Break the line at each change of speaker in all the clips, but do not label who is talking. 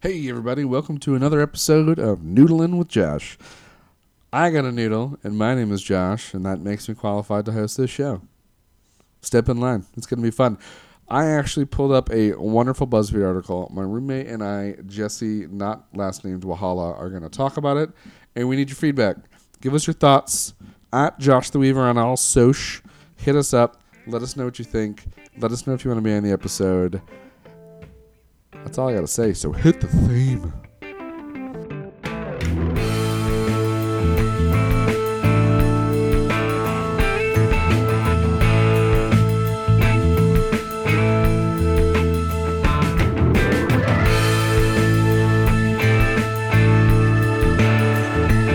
Hey, everybody, welcome to another episode of Noodling with Josh. I got a noodle, and my name is Josh, and that makes me qualified to host this show. Step in line, it's going to be fun. I actually pulled up a wonderful BuzzFeed article. My roommate and I, Jesse, not last named Wahala, are going to talk about it, and we need your feedback. Give us your thoughts at Josh the Weaver on all soch. Hit us up. Let us know what you think. Let us know if you want to be on the episode. That's all I gotta say. So hit the theme.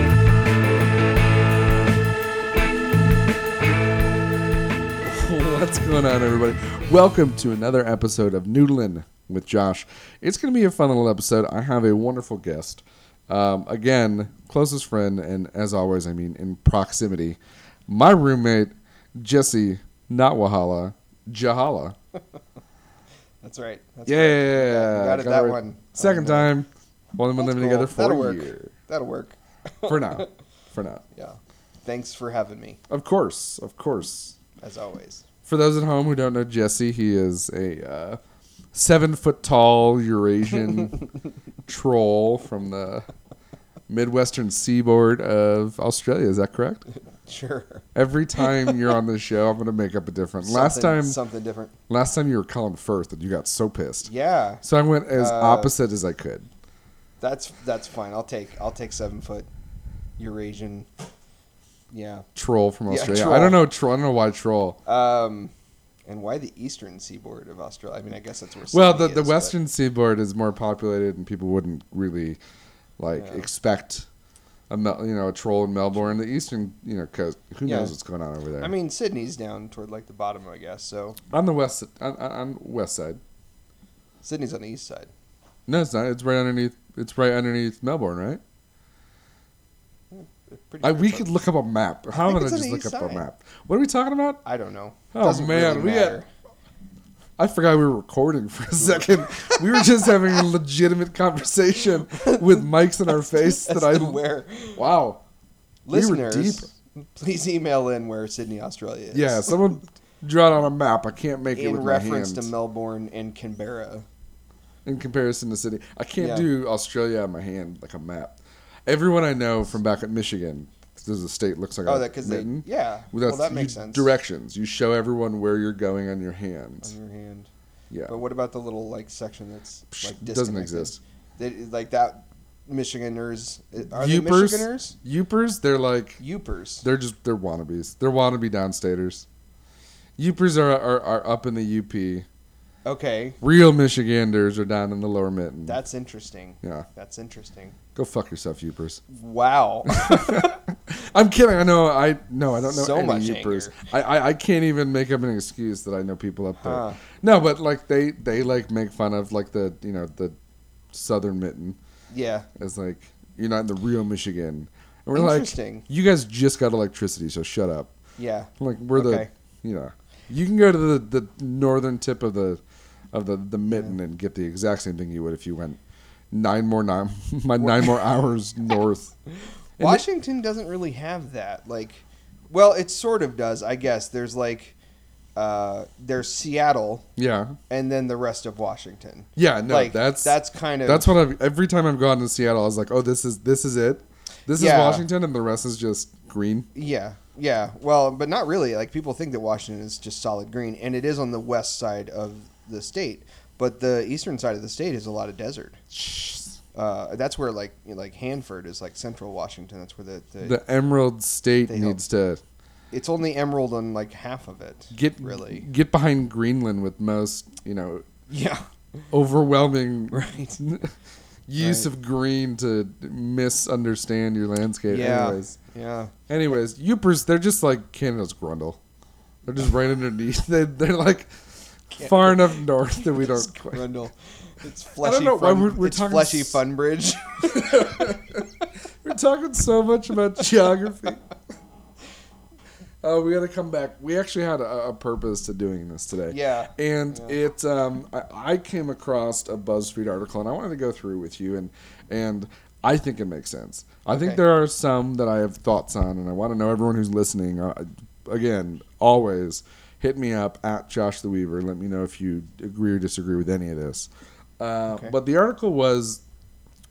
What's going on, everybody? Welcome to another episode of Noodlin with Josh. It's going to be a fun little episode. I have a wonderful guest. Um, again, closest friend, and as always, I mean in proximity, my roommate, Jesse, not Wahala, Jahala.
That's right. That's
Yeah,
right. You got it that
right.
one.
Second
Um,
time. Only been
that's
living
cool.
together for
That'll
a
work.
year.
That'll work.
For now. For now.
Yeah. Thanks for having me,
Of course. Of course.
as always.
For those at home who don't know Jesse, he is a uh, seven foot tall Eurasian troll from the Midwestern seaboard of Australia. Is that correct?
Sure.
Every time you're on this show, I'm going to make up a different. last time,
Something- something different.
last time you were Colin Firth, and you got so pissed.
Yeah,
So I went as
Uh,
opposite as I could.
that's that's fine. I'll take I'll take seven foot Eurasian. Yeah.
Troll from
yeah,
Australia. I
troll.
don't know. Troll. I don't know why troll.
Um, and why the eastern seaboard of Australia? I mean, I guess that's where.
Well, the,
Sydney
the
is, but-
western seaboard is more populated, and people wouldn't really like
Yeah.
expect a Mel- you know a troll in Melbourne. The eastern you know coast, who
Yeah.
knows what's going on over there?
I mean, Sydney's down toward like the bottom, I guess. So
on the west, on, on- on west side.
Sydney's on the east side.
No, it's not. It's right underneath. It's right underneath Melbourne, right?
Pretty
I,
sure
we
it's on-
could look up a map. How am I gonna
think it's on
just
the
look up
east
a
side.
map? What are we talking about?
I don't know.
Oh,
Doesn't
man,
really
we got-
matter.
I forgot we were recording for a second. we were just having a legitimate conversation with mics in our face
As
that I
to where
wow. We were
listeners, please email in where Sydney, Australia is.
Yeah, someone draw it on a map. I can't make it
in
with
reference
my
to
hands.
Melbourne and Canberra.
in comparison to city. I can't
Yeah.
do Australia on my hand like a map. Everyone I know from back at Michigan, 'cause there's a state looks like
Oh,
a
that because they
mitten.
yeah.
Well,
well,
that's-
that
you-
makes sense.
Directions. You show everyone where you're going on your
on
hands.
your hand.
Yeah.
But what about the little like section that's
Psh,
like
doesn't
disconnected?
exist.
They, like that Michiganers uh, are they
Youpers?
Michiganers?
Youpers, they're like
Youpers.
they're just they're wannabes. They're wannabe downstaters. Youpers are are, are up in the UP.
Okay,
Real Michiganders are down in the lower mitten.
that's interesting.
yeah.
That's interesting.
Go fuck yourself, Youpers.
Wow.
I'm kidding. I know. I no. I don't know
So
any
much
Ubers.
anger.
I, I I can't even make up an excuse that I know people up there.
Huh.
No, but like they they like make fun of like the you know the southern mitten
yeah.
as like you're not in the real Michigan. And we're like
interesting.
you guys just got electricity, so shut up.
yeah.
Like we're
Okay.
the you know you can go to the the northern tip of the of the the mitten and get the exact same thing you would if you went nine more nine my nine more hours north. And
Washington doesn't really have that. Like, well, it sort of does, I guess. There's like, uh, there's Seattle,
yeah.
and then the rest of Washington.
Yeah, no,
like
that's
that's kind of
That's what I've every time I've gone to Seattle, I was like, oh, this is this is it. This
Yeah.
is Washington, and the rest is just green.
Yeah, yeah. Well, but not really. Like people think that Washington is just solid green, and it is on the west side of the state, but the eastern side of the state is a lot of desert. Uh, that's where like you know, like Hanford is like central Washington. That's where the, the,
The Emerald State
They
needs to
it's only emerald on like half of it.
get
really.
get behind Greenland with most you know
Yeah.
overwhelming
Right.
use
Right.
of green to misunderstand your landscape.
Yeah.
Anyways,
Yeah.
anyways, Upers they're just like Canada's Grundle. They're just right underneath. They, they're like far enough north that we don't.
It's
quite-
Grundle. It's fleshy.
I don't know why
fun,
we're- we're
it's
talking
fleshy
s-
fun bridge.
We're talking so much about geography. Oh, we got to come back. We actually had a, a purpose to doing this today.
Yeah.
And it, um, I, I came across a BuzzFeed article, and I wanted to go through with you, and and I think it makes sense. I think
Okay.
there are some that I have thoughts on, and I want to know everyone who's listening. Uh, again, always hit me up at Josh the Weaver. Let me know if you agree or disagree with any of this. Uh,
Okay.
But the article was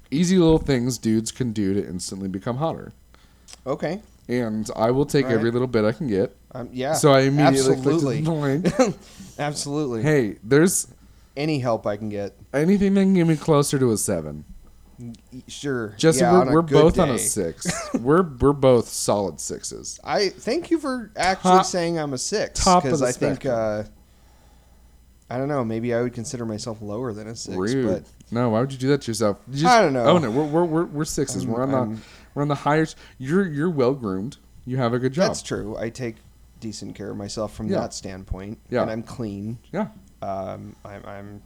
easy little things dudes can do to instantly become hotter.
Okay.
And I will take
All right.
every little bit I can get.
Um, yeah.
So I immediately
absolutely,
clicked on the link.
absolutely.
Hey, there's
Any help I can get,
anything that can get me closer to a seven.
sure.
Jesse,
yeah, on
we're,
a
we're
good
both on a
day.
six. we're we're both solid sixes.
I thank you for actually
Top-
saying I'm a six
top of
because
the
I think
spectrum.
uh, I don't know. Maybe I would consider myself lower than a six.
Rude.
But
no, why would you do that to yourself? You
I don't know.
Oh no, we're we're we're, we're 6s we
I'm-
we're on the
I'm-
we're on the higher. s- You're you're well groomed. You have a good job.
that's true. I take decent care of myself from
Yeah.
that standpoint,
Yeah.
and I'm clean.
Yeah,
Um, I'm, I'm,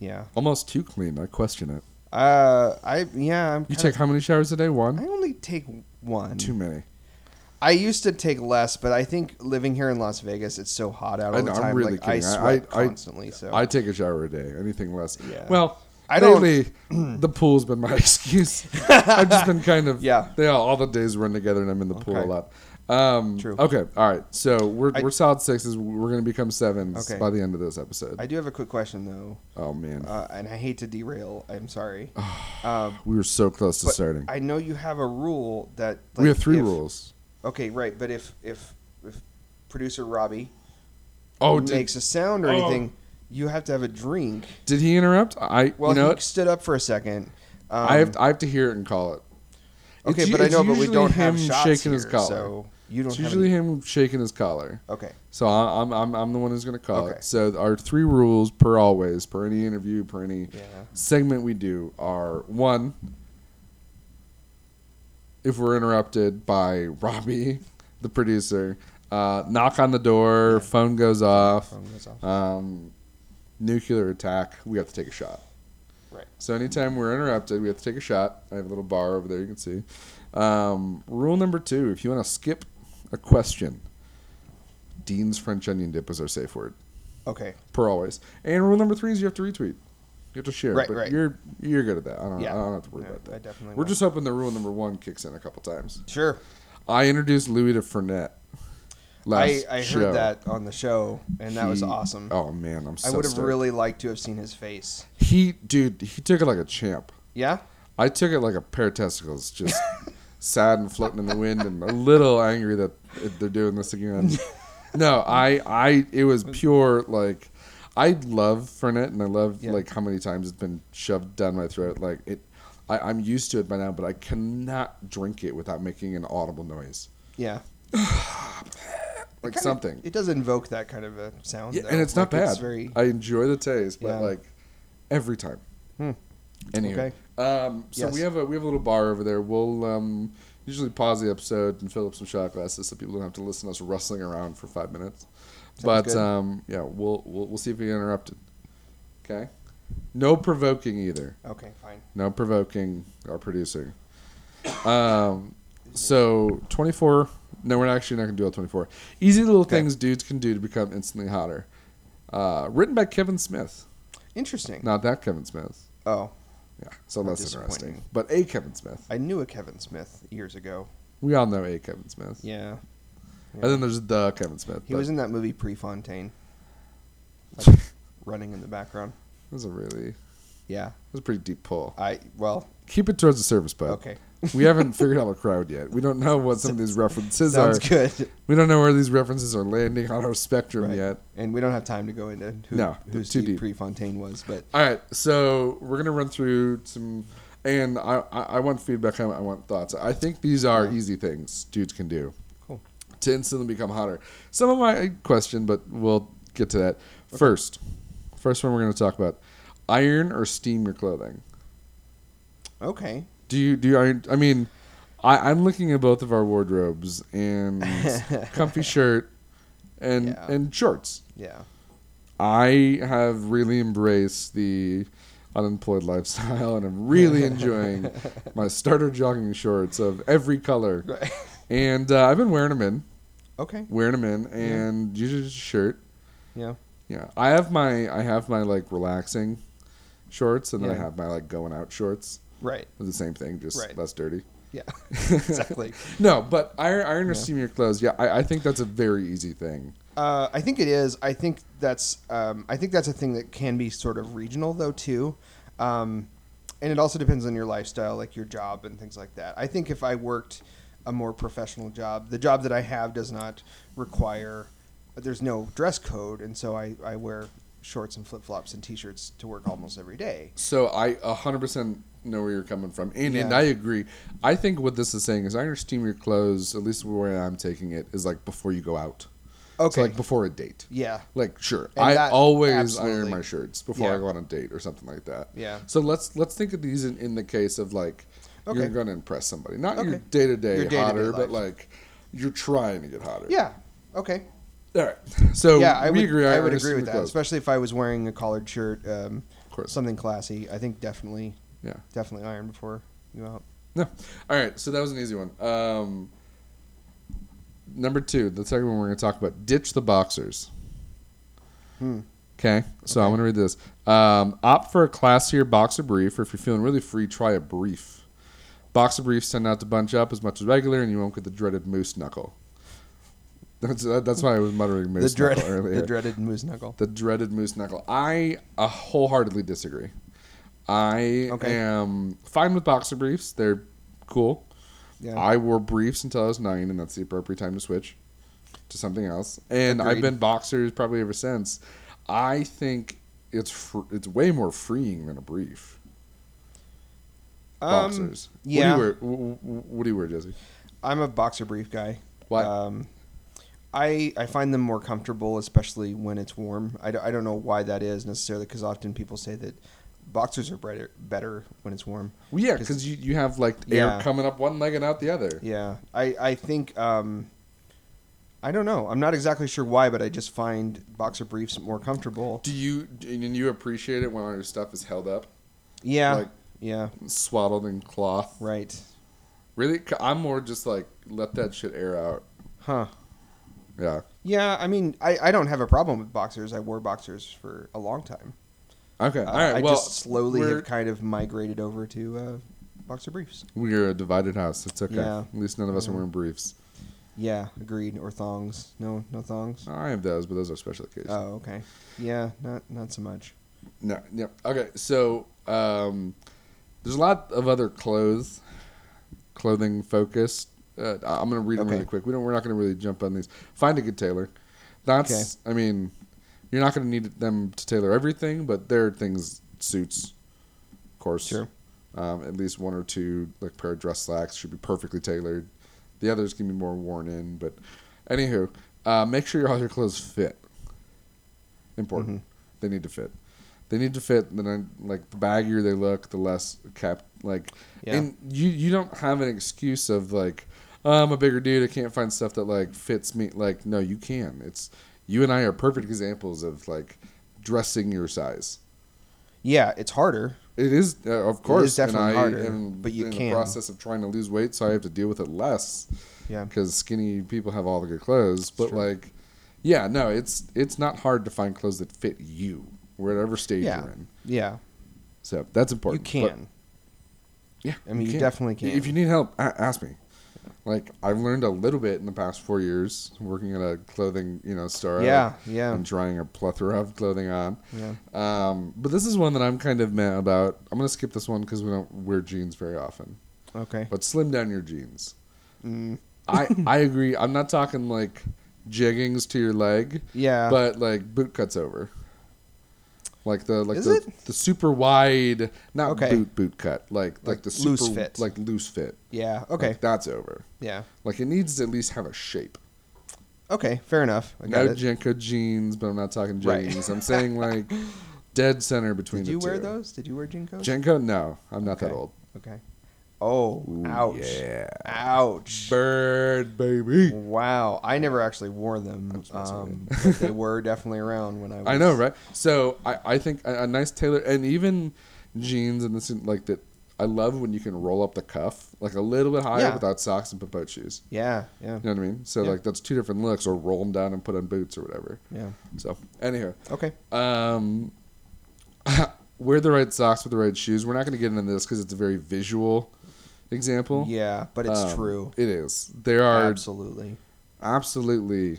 yeah.
almost too clean. I question it.
Uh, I yeah. I'm.
You
kinda-
take how many showers a day?
I
One.
only take one.
Too many.
I used to take less, but I think living here in Las Vegas, it's so hot out all
I
the
know,
time.
I'm really
like I
kidding. I-
sweat
I- I-
constantly. so
I take a shower a day. Anything less.
Yeah.
Well,
I don't-
lately the pool's been my excuse. I've just been kind of
Yeah.
They all, all the days run together, and I'm in the pool a
Okay.
lot. Um,
True.
Okay. All right. So we're
I-
we're solid sixes. We're going to become sevens
Okay.
by the end of this episode.
I do have a quick question though,
oh man,
uh, and I hate to derail. I'm sorry. um,
we were so close to
but
starting.
I know you have a rule that
we have three
if-
rules.
Okay, right, but if if if producer Robbie
Oh, did,
makes a sound or
Oh.
anything, you have to have a drink.
did he interrupt? I
Well,
you know
he
what?
stood up for a second. Um,
I have to, I have to hear it and call it.
okay,
It's u-
but I
it's
know, but we
usually
don't have
him
shots
shaking
here,
his collar.
so you don't
It's
have
usually
any-
him shaking his collar.
Okay,
So I- I'm I'm I'm the one who's gonna call
Okay.
it. So our three rules per always per any interview per any
yeah,
segment we do are one. If we're interrupted by Robbie, the producer, uh, knock on the door, phone goes off,
phone goes off.
um, nuclear attack, we have to take a shot.
Right.
So anytime we're interrupted, we have to take a shot. I have a little bar over there you can see. Um, rule number two: if you want to skip a question, Dean's French onion dip is our safe word
okay.
per always. And rule number three is you have to retweet. You have to share.
Right,
but
right.
You're you're good at that. I don't. I don't have to worry
Yeah,
about
I
that.
definitely
We're
will.
just hoping the rule number one kicks in a couple times.
sure.
I introduced Louis to Fournette.
I,
Last
I heard
show.
that on the show, and that was
He-
awesome.
Oh man, I'm so.
I would have
stoked.
really liked to have seen his face.
He dude, he took it like a champ.
Yeah,
I took it like a pair of testicles, just sad and floating in the wind, and a little angry that they're doing this again. No, I, I, it was pure like, I love Fernet, and I love
Yeah.
like how many times it's been shoved down my throat. Like it, I, I'm used to it by now, but I cannot drink it without making an audible noise,
yeah.
like
Kinda-
something.
It does invoke that kind of a sound.
Yeah,
though.
and it's not
Like,
bad.
very
I enjoy the taste, but
Yeah.
like every time.
Hmm.
Anyway, um, so
Yes.
we have a we have a little bar over there. We'll um, usually pause the episode and fill up some shot glasses so people don't have to listen to us rustling around for five minutes. but
good.
um, yeah, we'll, we'll we'll see if we get interrupted. Okay, no provoking either.
okay. Fine.
No provoking our producer. Um, so twenty four. No, we're actually not gonna do all twenty four. Easy little things dudes can do to become instantly hotter. Uh, written by Kevin Smith.
Interesting.
Not that Kevin Smith.
Oh,
Yeah, so
How
less interesting.
disappointing.
But a Kevin Smith.
I knew a Kevin Smith years ago.
We all know a Kevin Smith.
Yeah,
And then there's the Kevin Smith.
he
but
was in that movie Prefontaine, like, running in the background.
It was a really. It
Yeah,
was a pretty deep pull.
I well,
Keep it towards the surface, bud.
okay.
We haven't figured out a crowd yet. We don't know what some of these references
Sounds
are.
good.
We don't know where these references are landing on our spectrum
Right.
yet.
And we don't have time to go into who
No,
who
too
Steve
deep.
Prefontaine was, but
All right, so we're gonna run through some, and I I, I want feedback. I, I want thoughts. I think these are easy things dudes can do.
Cool.
To instantly become hotter. Some of my question, but we'll get to that first. First one we're gonna talk about: iron or steam your clothing.
okay.
Do you do you iron? I mean, I, I'm looking at both of our wardrobes and comfy shirt and
Yeah.
and shorts.
Yeah.
I have really embraced the unemployed lifestyle and I'm really enjoying my starter jogging shorts of every color.
Right.
And uh, I've been wearing them in.
Okay.
wearing them in, and usually just a shirt.
Yeah.
Yeah, I have my I have my like relaxing shorts, and then I
Yeah.
have my like going out shorts.
Right.
They're the same thing, just
Right.
less dirty.
Yeah. exactly.
No, but iron iron or steam your clothes. Yeah, I, I think that's a very easy thing.
Uh, I think it is. I think that's. Um, I think that's a thing that can be sort of regional though too, um, and it also depends on your lifestyle, like your job and things like that. I think if I worked a more professional job, the job that I have does not require. There's no dress code, and so I, I wear shorts and flip flops and t-shirts to work almost every day.
So I 100% know where you're coming from. And, and
Yeah.
I agree. I think what this is saying is iron or steam your clothes, at least the way I'm taking it, is like before you go out.
Okay.
So like before a date.
yeah.
Like sure,
And
I
that-
always iron
absolutely.
my shirts before I
Yeah.
go on a date or something like that.
Yeah.
So let's let's think of these in, in the case of like you're
Okay.
gonna impress somebody, not your
Okay.
day to
Your
day
day-to-day
hotter, but
life.
like you're trying to get hotter.
Yeah. Okay.
All right. So
yeah, I
we
would.
agree.
I
iron
would
or
agree
steam
with
your
that,
clothes.
especially if I was wearing a collared shirt, um,
course.
something classy. I think definitely,
Yeah.
definitely iron before you go out.
No. All right. So that was an easy one. Um, number two, the second one we're going to talk about ditch the boxers.
Hmm.
Okay. So I'm going to read this. Um, opt for a classier boxer brief, or if you're feeling really free, try a brief. Boxer briefs tend not to bunch up as much as regular, and you won't get the dreaded moose knuckle. That's, that- that's why I was muttering moose
the dread,
knuckle earlier.
the dreaded moose knuckle.
The dreaded moose knuckle. I uh, wholeheartedly disagree. I
Okay.
am fine with boxer briefs. They're cool.
Yeah.
I wore briefs until I was nine, and that's the appropriate time to switch to something else. And I've
Agreed.
been boxers probably ever since. I think it's fr- it's way more freeing than a brief.
Um,
boxers.
yeah.
What do you wear? wh- wh- What do you wear, Jesse?
I'm a boxer brief guy.
Why?
Um, I I find them more comfortable, especially when it's warm. I, d- I don't know why that is necessarily, because often people say that boxers are brighter, better when it's warm.
Well, yeah, because you, you have like air
Yeah.
coming up one leg and out the other.
Yeah, I I think um, I don't know. I'm not exactly sure why, but I just find boxer briefs more comfortable.
Do you do- and you appreciate it when all your stuff is held up,
Yeah,
like-
yeah,
swaddled in cloth?
right,
Really, C- I'm more just like let that shit air out.
huh?
Yeah,
Yeah, I mean, I, I don't have a problem with boxers. I wore boxers for a long time.
Okay.
Uh,
All right.
I
well,
just slowly
we're,
have kind of migrated over to uh, boxer briefs.
we're a divided house. It's okay.
Yeah.
At least none of us are
Yeah.
wearing briefs.
Yeah, agreed. Or thongs. No, no thongs.
I have those, but those are special occasions.
Oh, okay. Yeah, not not so much.
no. No. Okay. So um, there's a lot of other clothes, clothing focused. Uh, I'm gonna read them
Okay.
really quick. We don't. We're not gonna really jump on these. Find a good tailor. That's. I mean, you're not gonna need them to tailor everything, but there are things suits, of course.
Sure.
Um, at least one or two like pair of dress slacks should be perfectly tailored. The others can be more worn in, but anywho, uh, make sure your all your clothes fit. Important.
Mm-hmm.
They need to fit. They need to fit. and Then I- like the baggier they look, the less cap like.
Yeah.
And you you don't have an excuse of like "Oh, I'm a bigger dude. I can't find stuff that like fits me. Like no, you can. It's you and I are perfect examples of like dressing your size.
Yeah, it's harder.
It is, uh, of course,
definitely
and I
harder,
am
but you
in the
can.
process of trying to lose weight, so I have to deal with it less
Yeah.
because skinny people have all the good clothes. But
true.
like, yeah, no, it's it's not hard to find clothes that fit you, whatever stage
Yeah.
you're in.
Yeah,
So that's
you
important. But-
can.
yeah,
I mean, you definitely can.
If you need help, a- ask me. Like I've learned a little bit in the past four years working at a clothing, you know, store.
Yeah, yeah.
I'm trying a plethora of clothing on.
Yeah.
Um, but this is one that I'm kind of mad about. I'm gonna skip this one because we don't wear jeans very often.
Okay.
But slim down your jeans.
Mm,
I I agree. I'm not talking like jeggings to your leg,
yeah.
but like boot cuts over. Like the like
Is
the,
it?
the super wide, not
Okay.
boot boot cut, like like,
Like
the super
loose fit.
like loose fit.
yeah. Okay.
Like, that's over.
yeah.
Like it needs to at least have a shape.
Okay. Fair enough. I got
No
it.
Jenko jeans, but I'm not talking
Right.
jeans. I'm saying like dead center between
Did
the
you wear
two.
those? Did you wear Jinkos?
Jenko? No, I'm not that
Okay.
old.
okay. Oh,
Ooh,
ouch.
yeah.
Ouch.
Bird baby.
Wow, I never actually wore them.
just messing
Um, but they were definitely around when I was.
I know, right? So I, I think a, a nice tailor and even jeans and this and like that I love when you can roll up the cuff like a little bit higher
Yeah.
without socks and put boat shoes.
Yeah, yeah,
You know what I mean? So
Yeah.
like that's two different looks, or roll them down and put on boots or whatever.
yeah.
So anyhow,
Okay.
um, wear the right socks with the right shoes. We're not going to get into this because it's a very visual example.
Yeah, but it's
Um,
true.
It is. There are
Absolutely.
absolutely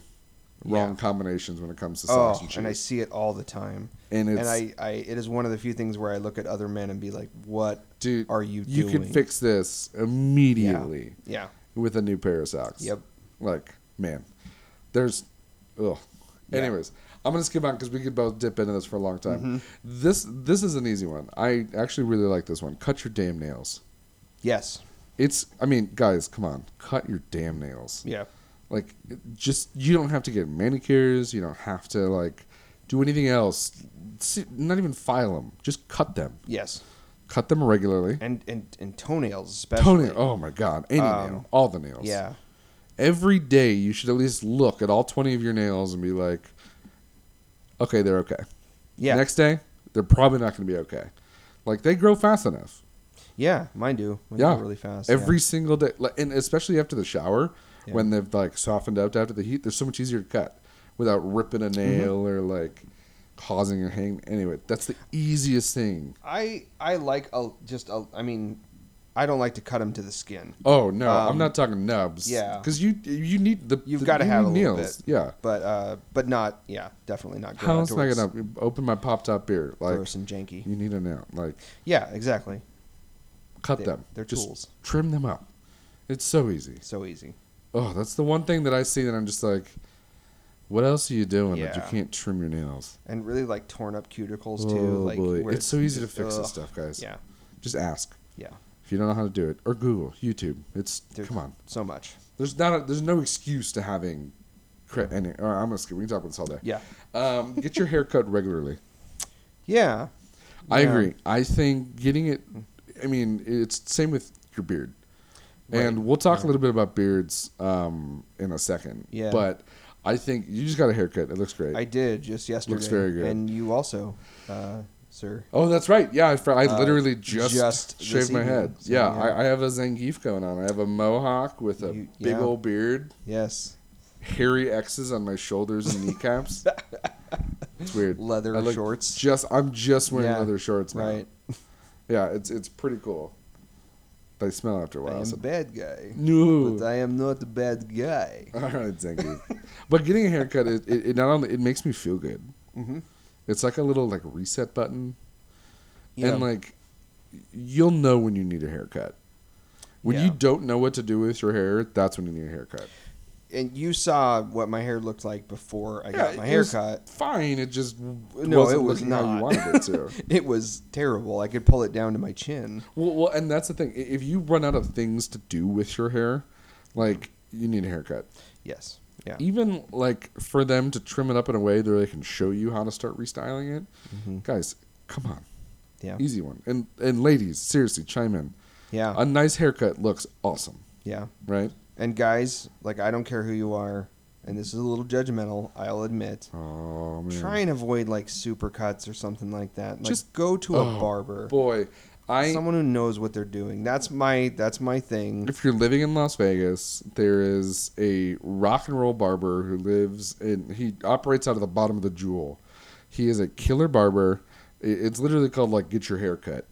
wrong
Yeah.
combinations when it comes to socks
Oh,
and shoes.
and I see it all the time.
And it's
and I, I, it is one of the few things where I look at other men and be like, "What
dude,
are you,
you can
doing?"
fix this immediately
Yeah.
with a new pair of socks.
Yep.
Like, man, there's, ugh.
Yeah. Mm-hmm.
Anyways, I'm gonna skip on because we could both dip into this for a long time. This this is an easy one. I actually really like this one. Cut your damn nails.
Yes.
It's. I mean, guys, come on, cut your damn nails.
Yeah.
Like, just you don't have to get manicures. You don't have to like do anything else. See, not even file them. Just cut them.
Yes.
Cut them regularly.
And and and toenails especially.
Toenail. Oh my god. Any
Um,
nail. All the nails.
Yeah.
every day you should at least look at all 20 of your nails and be like okay they're okay
Yeah.
next day they're probably not going to be okay like they grow fast enough
Yeah. Mine do. Mine
Yeah.
Go really fast.
every single day like, and especially after the shower
Yeah.
when they've like softened up after the heat they're so much easier to cut without ripping
Mm-hmm.
a nail or like causing a hang anyway that's the easiest thing
Yeah. I I like a just a. I mean, I don't like to cut them to the skin.
oh no i'm
Um,
not talking nubs
yeah.
because you you need the
You've
the-
got to
you
have a
need
little
nails.
bit.
yeah
But uh, but not. Yeah. Definitely not.
how else am i
outdoors.
gonna open my pop top beer like
gross and janky?
you need a nail like
Yeah. Exactly.
cut
They-
them.
they're
just
tools.
Trim them up. It's so easy.
So easy.
Oh, that's the one thing that I see that I'm just like, what else are you doing that you
Yeah.
can't trim your nails?
And really like torn up cuticles
Oh
too. Like
boy,
where
it's so easy to
just-
fix
ugh.
this stuff, guys.
Yeah.
Just ask
Yeah.
if you don't know how to do it, or Google, YouTube. It's
There's
come on.
So much.
There's not. A, there's no excuse to having. Cra- any, or I'm gonna skip. We can talk about this all day.
Yeah.
Um, get your hair cut regularly.
Yeah.
I
Yeah.
agree. I think getting it. I mean, it's same with your beard, and
Right.
we'll talk
Right.
a little bit about beards um, in a second.
Yeah.
but I think you just got a haircut. It looks great.
I did just yesterday.
very good.
And you also, uh, sir.
oh, that's right. Yeah, I, fr- I
Uh,
literally just,
just this
shaved my
evening.
head.
So,
yeah,
yeah.
I, I have a Zangief going on. I have a mohawk with a
You-
big
yeah.
old beard,
Yes.
hairy X's on my shoulders and kneecaps. it's weird.
Leather
I look
shorts.
Just I'm just wearing
Yeah.
leather shorts now.
right.
Yeah, it's it's pretty cool. They smell after a
I
while.
am
so-
a bad guy.
No.
But I am not a bad guy.
All right, Zengi. but getting a haircut, it, it, it not only it makes me feel good.
Mm-hmm.
It's like a little like reset button,
Yeah.
and like you'll know when you need a haircut. When you
Yeah.
don't know what to do with your hair, that's when you need a haircut.
and you saw what my hair looked like before I got my
it was
haircut.
Fine, it just
No,
wasn't
it was
looking how you
not.
wanted it to.
It was terrible. I could pull it down to my chin.
well, well, and that's the thing. I- If you run out of things to do with your hair, like you need a haircut.
Yes. Yeah.
even like for them to trim it up in a way that they can show you how to start restyling it guys come on
Mm-hmm. Yeah.
easy one and and ladies seriously chime in
Yeah.
a nice haircut looks awesome
yeah.
right
And guys, like I don't care who you are, and this is a little judgmental, I'll admit.
oh man
Try and avoid like supercuts or something like that. Like,
Just-
Just go to
Oh,
a barber,
boy i
someone who knows what they're doing. That's my that's my thing.
if you're living in las vegas there is a rock and roll barber who lives in he operates out of the bottom of the jewel he is a killer barber I- it's literally called like get your hair cut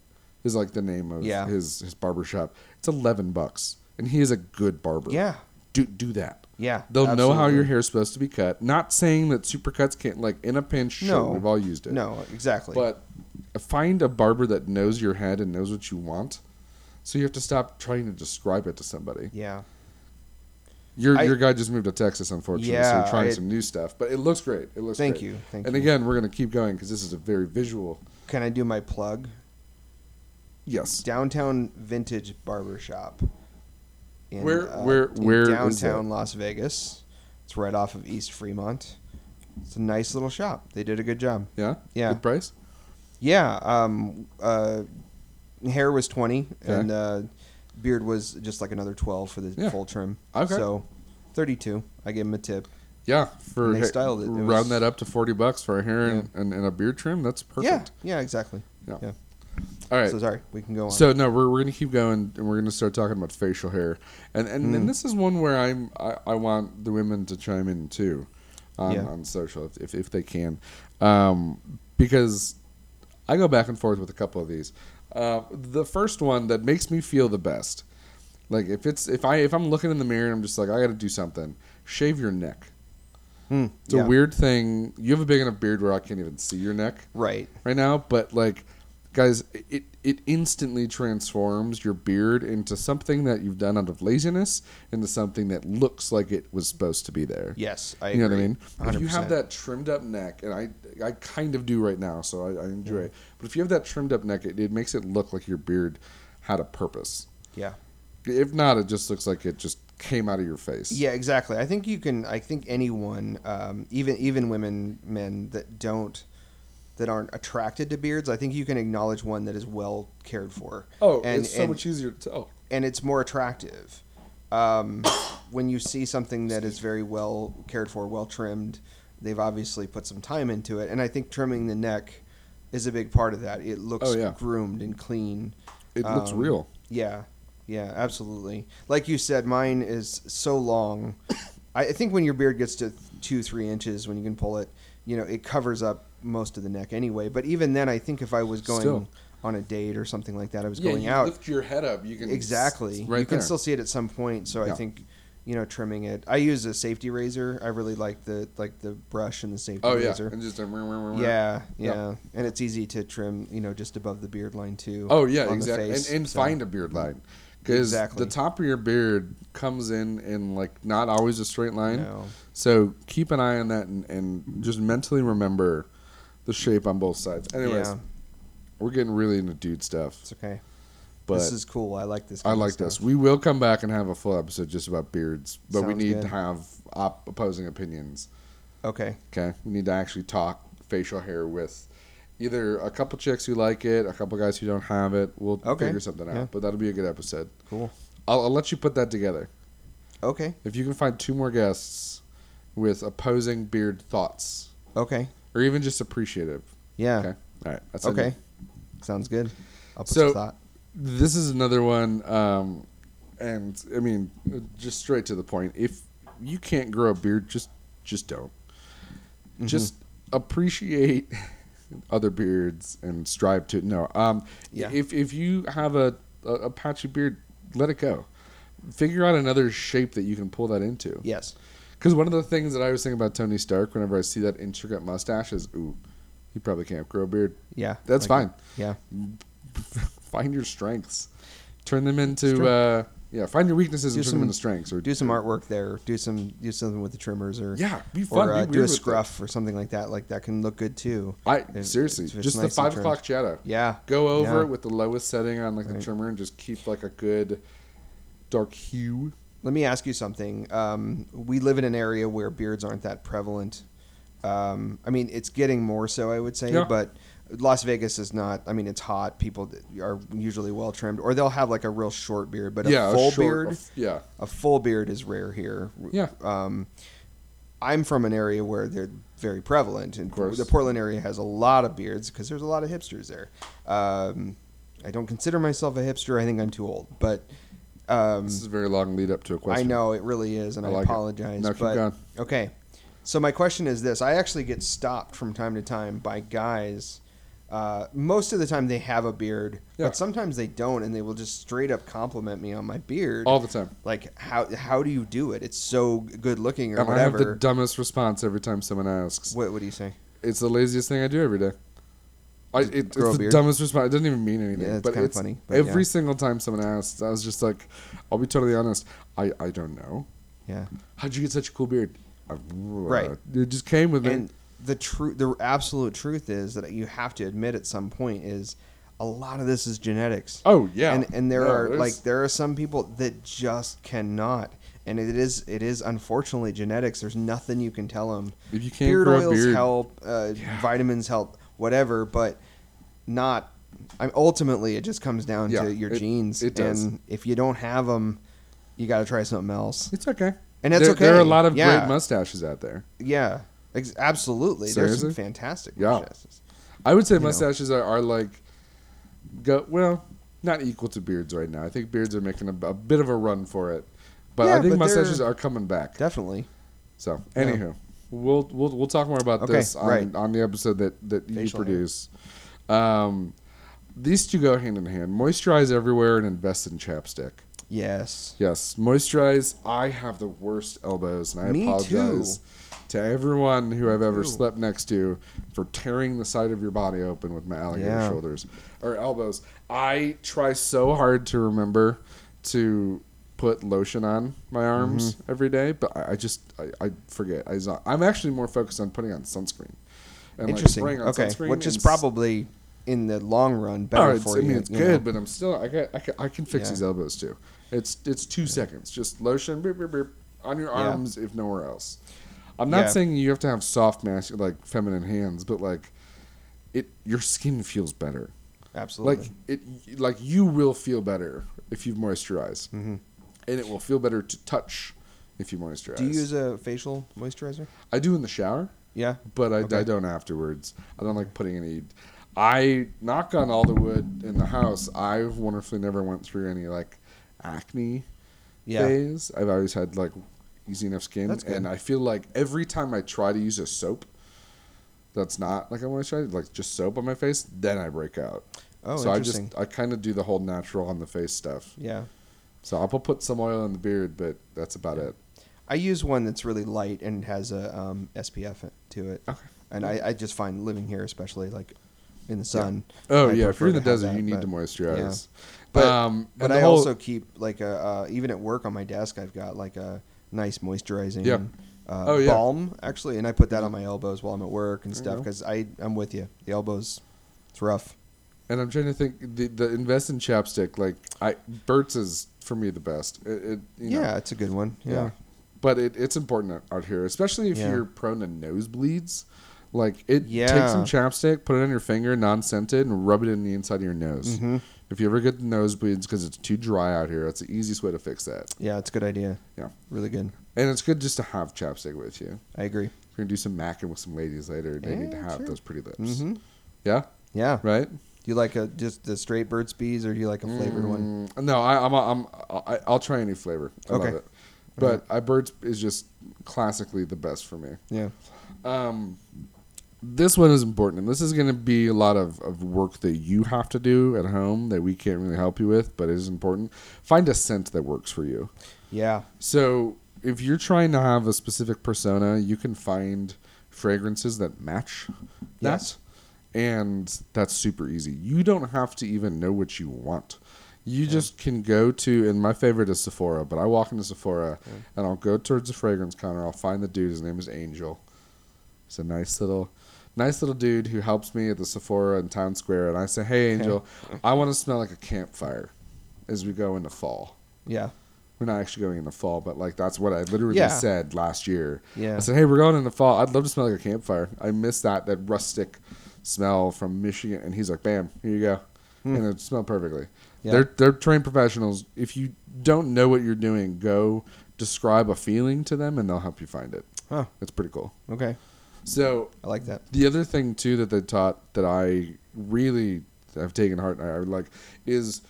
is like the name of
Yeah.
his his barber shop it's 11 bucks and he is a good barber
Yeah,
do do that.
yeah.
They'll know how your
absolutely.
hair's supposed to be cut. Not saying that supercuts can't like in a pinch. Sure,
No,
we've all used it.
No, exactly.
but find a barber that knows your head and knows what you want. So you have to stop trying to describe it to somebody.
yeah,
Your
I-
your guy just moved to Texas, unfortunately. so
Yeah,
you're trying
I-
some new stuff, but it looks great. It looks.
thank
great.
you, thank
and
you.
again, we're gonna keep going because this is a very visual.
Can I do my plug?
Yes.
Downtown Vintage Barber Shop. In,
Where- where- where is
downtown
that?
Las Vegas? It's right off of East Fremont. It's a nice little shop. They did a good job.
Yeah.
Yeah.
Good price.
Yeah. Um, uh, hair was 20
Okay.
and uh, beard was just like another 12 for the
Yeah.
full trim.
Okay.
So 32. I gave him a tip.
Yeah. For
And they
hair-
styled it. It
round
was-
that up to forty bucks for a hair and, and, and a beard trim. That's perfect.
Yeah. Yeah, exactly.
Yeah.
Yeah.
All right.
So sorry, we can go on.
So no, we're, we're gonna keep going, and we're gonna start talking about facial hair, and and,
Hmm.
and this is one where I'm I, I want the women to chime in too, on,
Yeah.
on social if, if if they can, um, because I go back and forth with a couple of these. Uh, the first one that makes me feel the best, like if it's if I if I'm looking in the mirror and I'm just like I got to do something, shave your neck.
Hmm,
It's a
yeah,
weird thing. You have a big enough beard where I can't even see your neck
Right.
right now, but like guys, it it instantly transforms your beard into something that you've done out of laziness into something that looks like it was supposed to be there.
Yes, I.
you know what I
agree.
mean? If you have
100%.
that trimmed up neck, and I I kind of do right now, so I, I enjoy it. But if you have that trimmed up neck, it, it makes it look like your beard had a purpose.
Yeah.
If not, it just looks like it just came out of your face.
Yeah, exactly. I think you can. I think anyone, um, even even women, men that don't, that aren't attracted to beards, I think you can acknowledge one that is well cared for.
Oh,
and
it's so
and,
much easier to oh, tell.
and it's more attractive um, when you see something that is very well cared for, well trimmed. They've obviously put some time into it, and I think trimming the neck is a big part of that. It looks
Oh, yeah.
groomed and clean.
It looks
Um,
real.
Yeah, yeah, absolutely. Like you said, mine is so long. I I think when your beard gets to two, three inches, when you can pull it, you know, it covers up most of the neck anyway. But even then, I think if I was going
Still.
on a date or something like that, I was
Yeah,
going
you
out.
lift your head up. You can
exactly.
right
you can
there.
still see it at some point. So
Yeah.
I think, you know, trimming it. I use a safety razor. I really like the like the brush and the safety
Oh yeah,
razor.
and just a
Yeah, yeah,
Yeah.
and it's easy to trim, you know, just above the beard line too.
Oh yeah,
on the
exactly.
face,
and and
so-
find a beard line because
Exactly.
the top of your beard comes in in like not always a straight line.
No.
So keep an eye on that and, and just mentally remember the shape on both sides. Anyways,
Yeah.
we're getting really into dude stuff,
It's okay.
but
this is cool. I like this.
I
kind of
like this.
stuff.
We will come back and have a full episode just about beards, but we
Sounds
need
good.
to have op- opposing opinions.
Okay.
Okay, we need to actually talk facial hair with either a couple chicks who like it, a couple guys who don't have it. We'll
Okay,
figure something out,
yeah.
but that'll be a good episode.
Cool.
I'll, I'll let you put that together.
Okay.
If you can find two more guests with opposing beard thoughts,
Okay.
or even just appreciative.
Yeah.
Okay, all right, that's
Okay.
okay.
Sounds good. I'll put
So-
some thought.
This is another one, um, and I mean, just straight to the point. If you can't grow a beard, just just don't.
Mm-hmm.
Just appreciate other beards and strive to no. Um,
Yeah.
If if you have a, a a patchy beard, let it go. Figure out another shape that you can pull that into.
Yes.
Because one of the things that I always think about Tony Stark whenever I see that intricate mustache is, ooh, he probably can't grow a beard.
Yeah.
That's
Like-
fine.
Yeah.
find your strengths, turn them into,
true.
uh, yeah, find your weaknesses
Do
and turn
some-
them into strengths. Or
Do some artwork there. Do some do something with the trimmers or
yeah, be fun. be
or uh,
weird
do a
with it.
scruff or something like that. Like that can look good too.
I
If-
seriously,
if it's
just the
nice and
five
trimmed.
o'clock shadow.
Yeah.
Go over
Yeah.
it with the lowest setting on like the
Right.
trimmer and just keep like a good dark hue.
Let me ask you something. Um, we live in an area where beards aren't that prevalent. Um, I mean, it's getting more so, I would say,
Yeah.
but Las Vegas is not. I mean, it's hot. People are usually well trimmed, or they'll have like a real short beard, but a
yeah,
full
short-
beard,
a f- yeah,
a full beard is rare here.
Yeah.
Um, I'm from an area where they're very prevalent, and
course.
the Portland area has a lot of beards because there's a lot of hipsters there. Um, I don't consider myself a hipster. I think I'm too old, but um,
this is a very long lead up to a question.
I know it really is, and
I
I,
like it.
apologize.
No, keep
but
going.
okay, so my question is this: I actually get stopped from time to time by guys. Uh, most of the time, they have a beard,
Yeah.
but sometimes they don't, and they will just straight up compliment me on my beard
all the time.
Like how how do you do it? It's so good looking or
And I have
whatever.
the dumbest response every time someone asks.
what what do you say?
It's the laziest thing I do every day. I, it, it's
grow a
the
beard?
dumbest response. It doesn't even mean anything.
Yeah, that's
but
kinda
it's
funny, but
every
yeah.
single time someone asks, I was just like, I'll be totally honest. I, I don't know.
Yeah.
How'd you get such a cool beard? I- uh,
Right.
It just came with me.
And the true, the absolute truth is that you have to admit at some point is a lot of this is genetics.
Oh, yeah.
and and there
Yeah,
are
there's-
like there are some people that just cannot, and it is it is unfortunately genetics. There's nothing you can tell them.
If you can't grow a
oils
beard-
help, uh, vitamins help, whatever, but not. I'm ultimately it just comes down
Yeah,
to your
it-
genes,
it does.
and if you don't have them, you got to try something else.
It's okay.
And that's
there,
okay.
There are a lot of
Yeah.
great mustaches out there.
Yeah, ex- absolutely. There's some
Seriously?
fantastic
Yeah.
mustaches.
I would say
know.
mustaches are, are like go well, not equal to beards right now. I think beards are making a, a bit of a run for it, but
Yeah,
I think
but
mustaches
they're-
are coming back.
Definitely.
So, anywho, we'll we'll we'll talk more about
Okay,
this on,
right.
on the episode that that you
Facial hair.
produce. Um, these two go hand in hand. Moisturize everywhere and invest in chapstick.
Yes.
Yes, moisturize. I have the worst elbows, and I
Me
apologize
too.
to everyone who I've ever
too.
slept next to for tearing the side of your body open with my alligator
Yeah.
shoulders or elbows. I try so hard to remember to put lotion on my
Mm-hmm.
arms every day, but I, I just I, I forget. I, zo- I'm actually more focused on putting on sunscreen. And
Interesting.
spraying
okay. Which is
and s-
probably in the long run
Oh,
better
it's,
for
I
you.
mean, it's
you
good,
know.
but I'm still. I can. I can, I can fix
Yeah.
these elbows too. It's it's two seconds. Just lotion beep, beep, beep, on your
Yeah.
arms, if nowhere else. I'm not
Yeah.
saying you have to have soft, mas- like feminine hands, but like it, your skin feels better.
Absolutely.
Like it, like you will feel better if you moisturize, mm-hmm. and it will feel better to touch if you moisturize.
Do you use a facial moisturizer?
I do in the shower
Yeah.
but I, I
Okay.
don't afterwards. I don't like putting any. I knock on all the wood in the house. I wonderfully never went through any like acne
Yeah.
phase. I've always had like easy enough skin,
That's good.
and I feel like every time I try to use a soap that's not like I want to try, like just soap on my face, then I break out.
Oh,
so I just
interesting.
I kind of do the whole natural on the face stuff.
Yeah.
So I'll put some oil in the beard, but that's about it.
I use one that's really light and has a um, SPF to it.
Okay.
And I, I just find living here, especially like in the sun.
Oh
I
yeah, if
prefer
you're in the
to have
desert,
that,
you need
but-
to moisturize.
But,
um,
but
and
I
the whole-
also keep like a uh, even at work on my desk, I've got like a nice moisturizing
Yeah.
uh,
Oh, yeah.
balm actually, and I put that on my elbows while I'm at work and
There you
stuff
go.
because I I'm with you. The elbows, it's rough.
And I'm trying to think the the invest in chapstick like I Burt's is for me the best. It, it you know,
yeah, it's a good one. Yeah.
But it, it's important out here, especially if
Yeah.
you're prone to nosebleeds. Like it take
Yeah.
some chapstick, put it on your finger, non-scented, and rub it in the inside of your nose.
Mhm.
If you ever get nosebleeds because it's too dry out here, that's the easiest way to fix that.
Yeah, it's a good idea.
Yeah.
Really good.
And it's good just to have chapstick with you.
I agree.
We're gonna do some macking with some ladies later. They need to
Yeah,
have
sure.
those pretty lips.
Mhm.
Yeah,
Yeah.
right.
Do you like a just the straight Burt's Bees or do you like a flavored one?
Mm, No, I, I'm, a, I'm I, I'll try any flavor. I love
Okay.
it. But I birds is just classically the best for me.
Yeah.
Um, this one is important, and this is going to be a lot of, of work that you have to do at home that we can't really help you with, but it is important. Find a scent that works for you.
Yeah.
So if you're trying to have a specific persona, you can find fragrances that match that.
Yes.
And that's super easy. You don't have to even know what you want. You just can go to, and my favorite is Sephora, but I walk into Sephora and I'll go towards the fragrance counter. I'll find the dude. His name is Angel. He's a nice little, nice little dude who helps me at the Sephora in Town Square. And I say, Hey, Angel, I want to smell like a campfire as we go into fall
Yeah.
we're not actually going in the fall, but like that's what I literally
Yeah.
said last year.
Yeah.
I said, hey, we're going in the fall. I'd love to smell like a campfire. I miss that that rustic smell from Michigan. And he's like, bam, here you go, and it smelled perfectly.
Hmm. Yeah.
They're they're trained professionals. If you don't know what you're doing, go describe a feeling to them, and they'll help you find it.
Huh.
It's pretty cool.
Okay.
So
I like that.
the other thing too that they taught that I really have taken heart and I would like is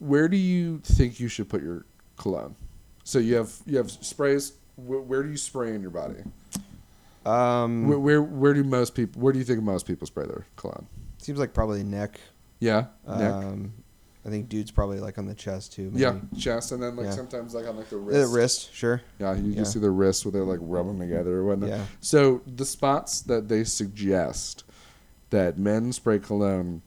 where do you think you should put your cologne? So you have you have sprays. Wh- where do you spray in your body?
Um,
Where, where where do most people? Where do you think most people spray their cologne?
seems like probably neck.
Yeah, neck.
Um, I think dude's probably like on the chest too. Maybe.
Yeah, chest, and then like
Yeah. Uh,
sometimes like on like the
The
wrist.
wrist, sure.
Yeah, you
Yeah.
can see the wrists where they're like rubbing together or whatnot.
Yeah.
So the spots that they suggest that men spray cologne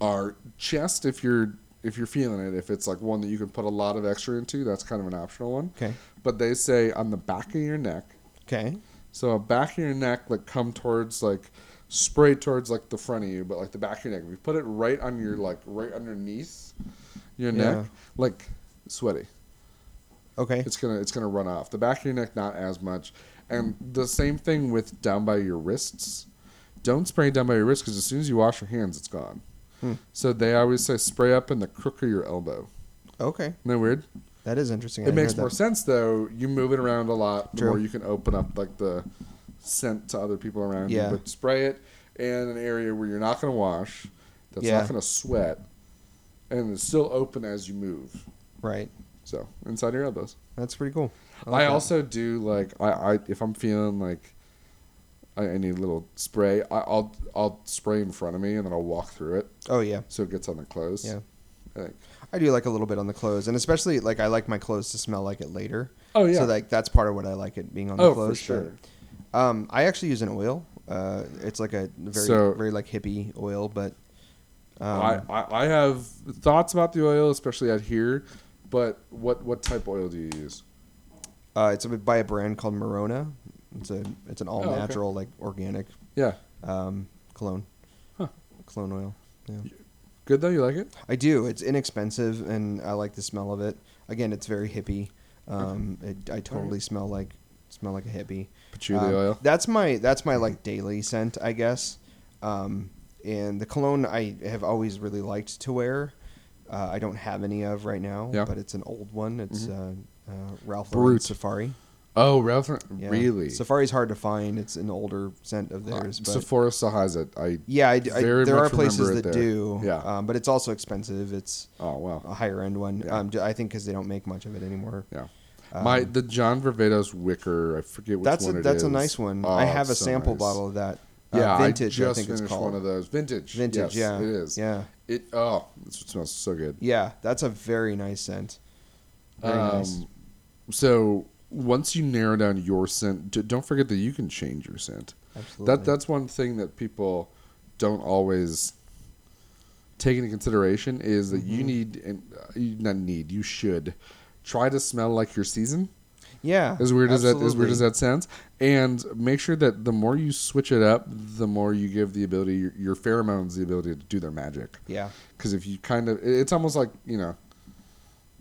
are chest if you're if you're feeling it. If it's like one that you can put a lot of extra into, that's kind of an optional one.
Okay.
But they say on the back of your neck.
Okay.
So back of your neck, like come towards like spray towards like the front of you, but like the back of your neck. If you put it right on your like right underneath your
Yeah.
neck, like sweaty
Okay.
it's gonna it's gonna run off the back of your neck not as much and the same thing with down by your wrists don't spray down by your wrists because as soon as you wash your hands it's gone
Hmm.
so they always say spray up in the crook of your elbow
Okay.
isn't that weird
That is interesting. I
it
hadn't
makes
heard
more
that.
sense though you move it around a lot the
True.
more you can open up like the scent to other people around
Yeah.
you but spray it in an area where you're not gonna wash that's
Yeah.
not going to sweat and is still open as you move.
Right.
So inside your elbows.
That's pretty cool. like
I
that.
also do like I, I if I'm feeling like I, I need a little spray, I, I'll I'll spray in front of me and then I'll walk through it
Oh yeah.
so it gets on the clothes.
Yeah.
I think.
I do like a little bit on the clothes, and especially like I like my clothes to smell like it later.
Oh yeah.
So like that's part of what I like it being on the
oh
clothes.
for
but,
sure.
um, I actually use an oil. Uh, it's like a very
So- Oh,
very like hippie oil, but um,
I, I I have thoughts about the oil, especially out here. But what what type of oil do you use?
uh, it's by a brand called Morona. It's a it's an all
Oh, okay.
natural like organic
Yeah,
um, cologne,
Huh.
cologne oil. Yeah.
good though. You like it?
I do. It's inexpensive, and I like the smell of it. Again, it's very hippie. Um, it, I totally smell like smell like a hippie.
Patchouli
Um,
oil.
That's my that's my like daily scent, I guess. Um, and the cologne I have always really liked to wear. Uh, I don't have any of right now,
Yeah. Mm-hmm.
but it's an old one. It's uh, uh, Ralph
Brut.
Lauren Safari.
Oh, Ralph. Lauren-
Yeah.
Really?
Safari's hard to find. It's an older scent of theirs,
Uh,
but
Sephora still has it. I
yeah, I d I
very
there
much
are places
remember it
that
there.
do.
Yeah.
um, but it's also expensive. It's
oh wow.
a higher end one.
Yeah.
Um, j- I think because they don't make much of it anymore.
Yeah.
Um,
My the John Vervedos wicker. I forget which
that's
one
a,
it
that's a
is.
nice one.
Oh,
I have a
so
sample
nice.
bottle of that. Uh,
Yeah,
vintage.
I
I,
just
think it's
finished
called
one of those vintage.
vintage.
Yes,
yeah,
it is.
Yeah,
It oh, it smells so good.
yeah. That's a very nice scent. Very nice.
Um, So once you narrow down your scent, d- don't forget that you can change your scent.
Absolutely.
That that's one thing that people don't always take into consideration is that
Mm-hmm.
you need and uh, you not need you should try to smell like your season.
yeah.
As weird as that as weird
absolutely.
as that sounds, and make sure that the more you switch it up, the more you give the ability your, your pheromones the ability to do their magic.
Yeah.
Because if you kind of, it- it's almost like you know,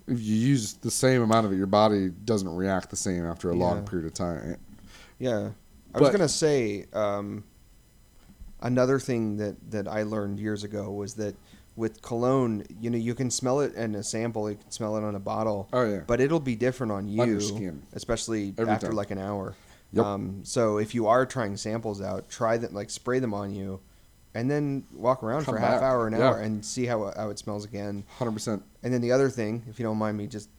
if you use the same amount of it, your body doesn't react the same after a long
Yeah.
period of time.
Yeah. I was
But-
gonna say um, another thing that that I learned years ago was that with cologne, you know, you can smell it in a sample, you can smell it on a bottle,
Oh yeah,
but it'll be different on you,
On your skin.
especially
Every
after
time.
like an hour.
Yep.
Um, so if you are trying samples out, try them, like spray them on you, and then walk around
Come
for a half
back.
hour, an
Yeah.
hour, and see how how it smells again.
hundred percent.
And then the other thing, if you don't mind me just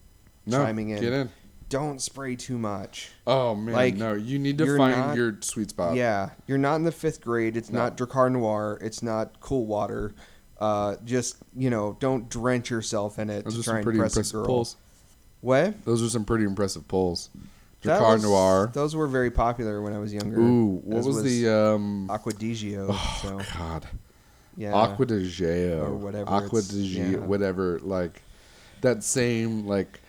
No,
chiming in,
get in.
don't spray too much.
Oh man,
Like,
no, you need to
you're
find
not-
your sweet spot.
yeah, you're not in the fifth grade. It's
Uh, No.
not Dracar Noir. It's not Cool Water. Uh, just you know, don't drench yourself in it
those
to
are
try
some
and
pretty
impress a
impressive
girl.
polls.
What?
Those are some pretty impressive polls.
That
Dracar
was-
Noir.
Those were very popular when I was younger.
Ooh, what
as
was, the um?
Aqua di Gio,
Oh
so,
God,
yeah.
Aqua de Geo,
Or whatever
Aqua
it's-
de Geo,
yeah.
whatever. Like that same like,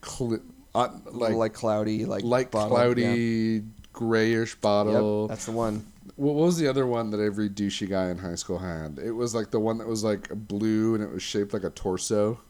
cli uh,
like,
like
like cloudy, like
light
bottle, yeah.
cloudy grayish bottle.
Yep, that's the one.
what what was the other one that every douchey guy in high school had? It was like the one that was like blue and it was shaped like a torso. It's,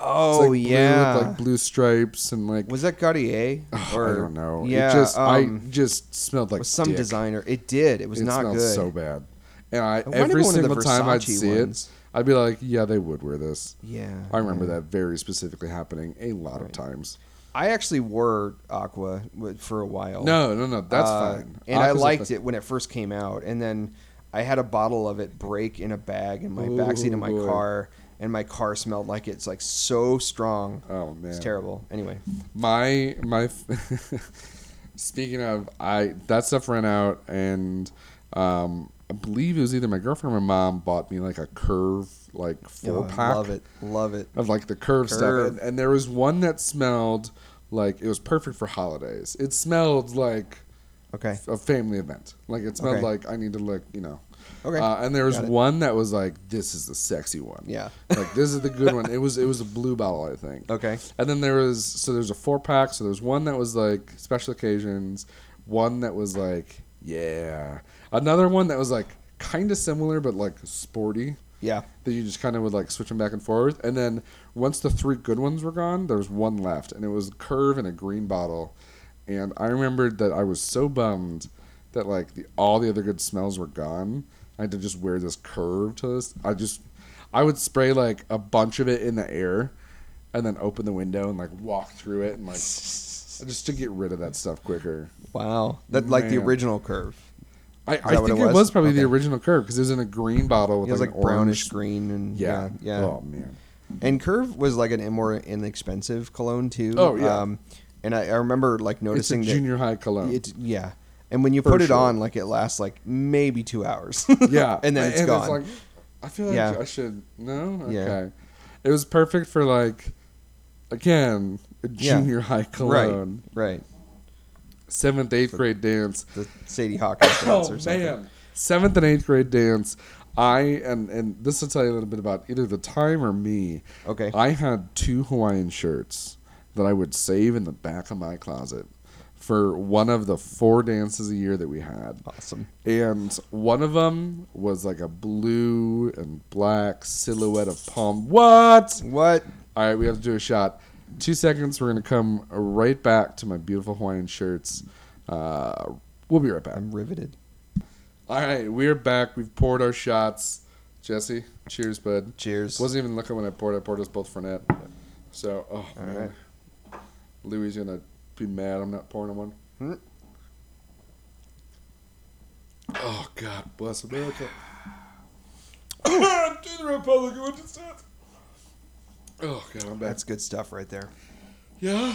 Oh
like, blue
yeah,
with like blue stripes and like
was that Cartier?
I don't know.
Yeah,
it just
um,
I just smelled like
was some
dick.
designer. It did. It was
It
not
smelled
good.
so bad, and I,
might have
every
been one of the
single time I'd
Versace
see
ones. Mm.
it, I'd be like, yeah, they would wear this.
yeah,
I remember
yeah.
that very specifically happening a lot of times.
I actually wore Aqua wi- for a while.
No, no, no, that's
Oh. Uh,
fine.
And I
Aqua's a
liked
fine-
it when it first came out, and then I had a bottle of it break in a bag in my
Ooh,
backseat of my
Oh, boy.
car, and my car smelled like it's like so strong.
Oh man,
It's terrible. Anyway,
my my speaking of i that stuff ran out and um i believe it was either my girlfriend or my mom bought me like a curve like four
Oh, I
pack
love it. Love it.
of like the curve, stuff
Curve.
and, and there was one that smelled like it was perfect for holidays it smelled like
Okay.
a family event like it smelled
Okay.
like i need to look you know
Okay.
uh, and there was
Got it.
one that was like this is the sexy one
Yeah.
like this is the good one it was it was a blue bottle i think
Okay.
and then there was so there's a four pack. So there's one that was like special occasions, one that was like yeah, another one that was like kind of similar but like sporty
Yeah.
that you just kind of would like switch them back and forth. And then once the three good ones were gone, there was one left, and it was curve and a green bottle. And I remembered that I was so bummed that like the all the other good smells were gone. I had to just wear this curve to this. I just I would spray like a bunch of it in the air, and then open the window and like walk through it and like just to get rid of that stuff quicker.
Wow. That like the
Man.
original curve.
I, I
that what
think
it
it was,
was?
probably the
Okay.
original curve because it was in a green bottle with
It was
like,
like
an orange-
brownish green and
Yeah.
yeah, yeah.
Oh man.
And Curve was like an more inexpensive cologne too.
Oh, yeah.
Um, and I, I remember like
It's a
noticing that
junior high cologne.
It, yeah. And when you
For
put it
sure.
on, like it lasts like maybe two hours.
yeah,
and then it's gone.
like, I feel like
Yeah.
I should no. Okay,
Yeah.
it was perfect for like again a
Yeah.
junior high cologne,
right.
seventh eighth grade dance.
The Sadie Hawkins
Oh,
dance or something.
seventh and eighth grade dance. I and and this will tell you a little bit about either the time or me.
Okay.
I had two Hawaiian shirts that I would save in the back of my closet for one of the four dances a year that we had.
Awesome.
And one of them was like a blue and black silhouette of palm. What?
What?
All right, we have to do a shot. Two seconds. We're going to come right back to my beautiful Hawaiian shirts. Uh, we'll be right back.
I'm riveted.
All right, we're back. We've poured our shots. Jesse, cheers, bud.
Cheers.
Wasn't even looking when I poured. I poured us both Fernet. So, oh
All
man,
right.
Louis gonna be mad. I'm not pouring him one.
Hmm.
Oh God, bless America. Oh. to the Republic of which it stands. Oh God, I'm back.
That's good stuff right there.
yeah,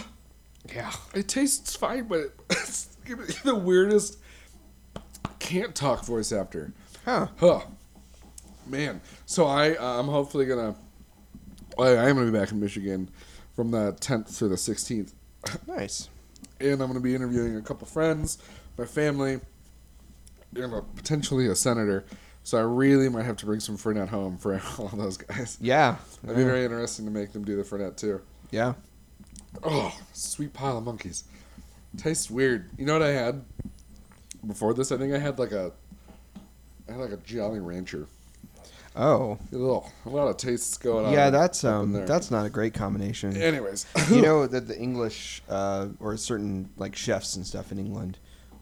Yeah.
it tastes fine, but it's gonna be the weirdest. Can't talk voice after.
Huh.
Huh. Man. So I uh, I'm hopefully gonna I, I am gonna be back in Michigan from the 10th to the 16th,
Nice.
and I'm gonna be interviewing a couple friends, my family, and a, potentially a senator. So I really might have to bring some Fernet home for all those guys.
Yeah.
It'd be very interesting to make them do the Fernet too.
Yeah.
Oh, sweet pile of monkeys. Tastes weird. You know what I had before this? I think I had like a I had like a Jolly Rancher.
Oh.
A little, a lot of tastes going on.
Yeah, that's
uh, up in
um
there.
that's not a great combination.
Anyways,
you know that the English uh, or certain like chefs and stuff in England,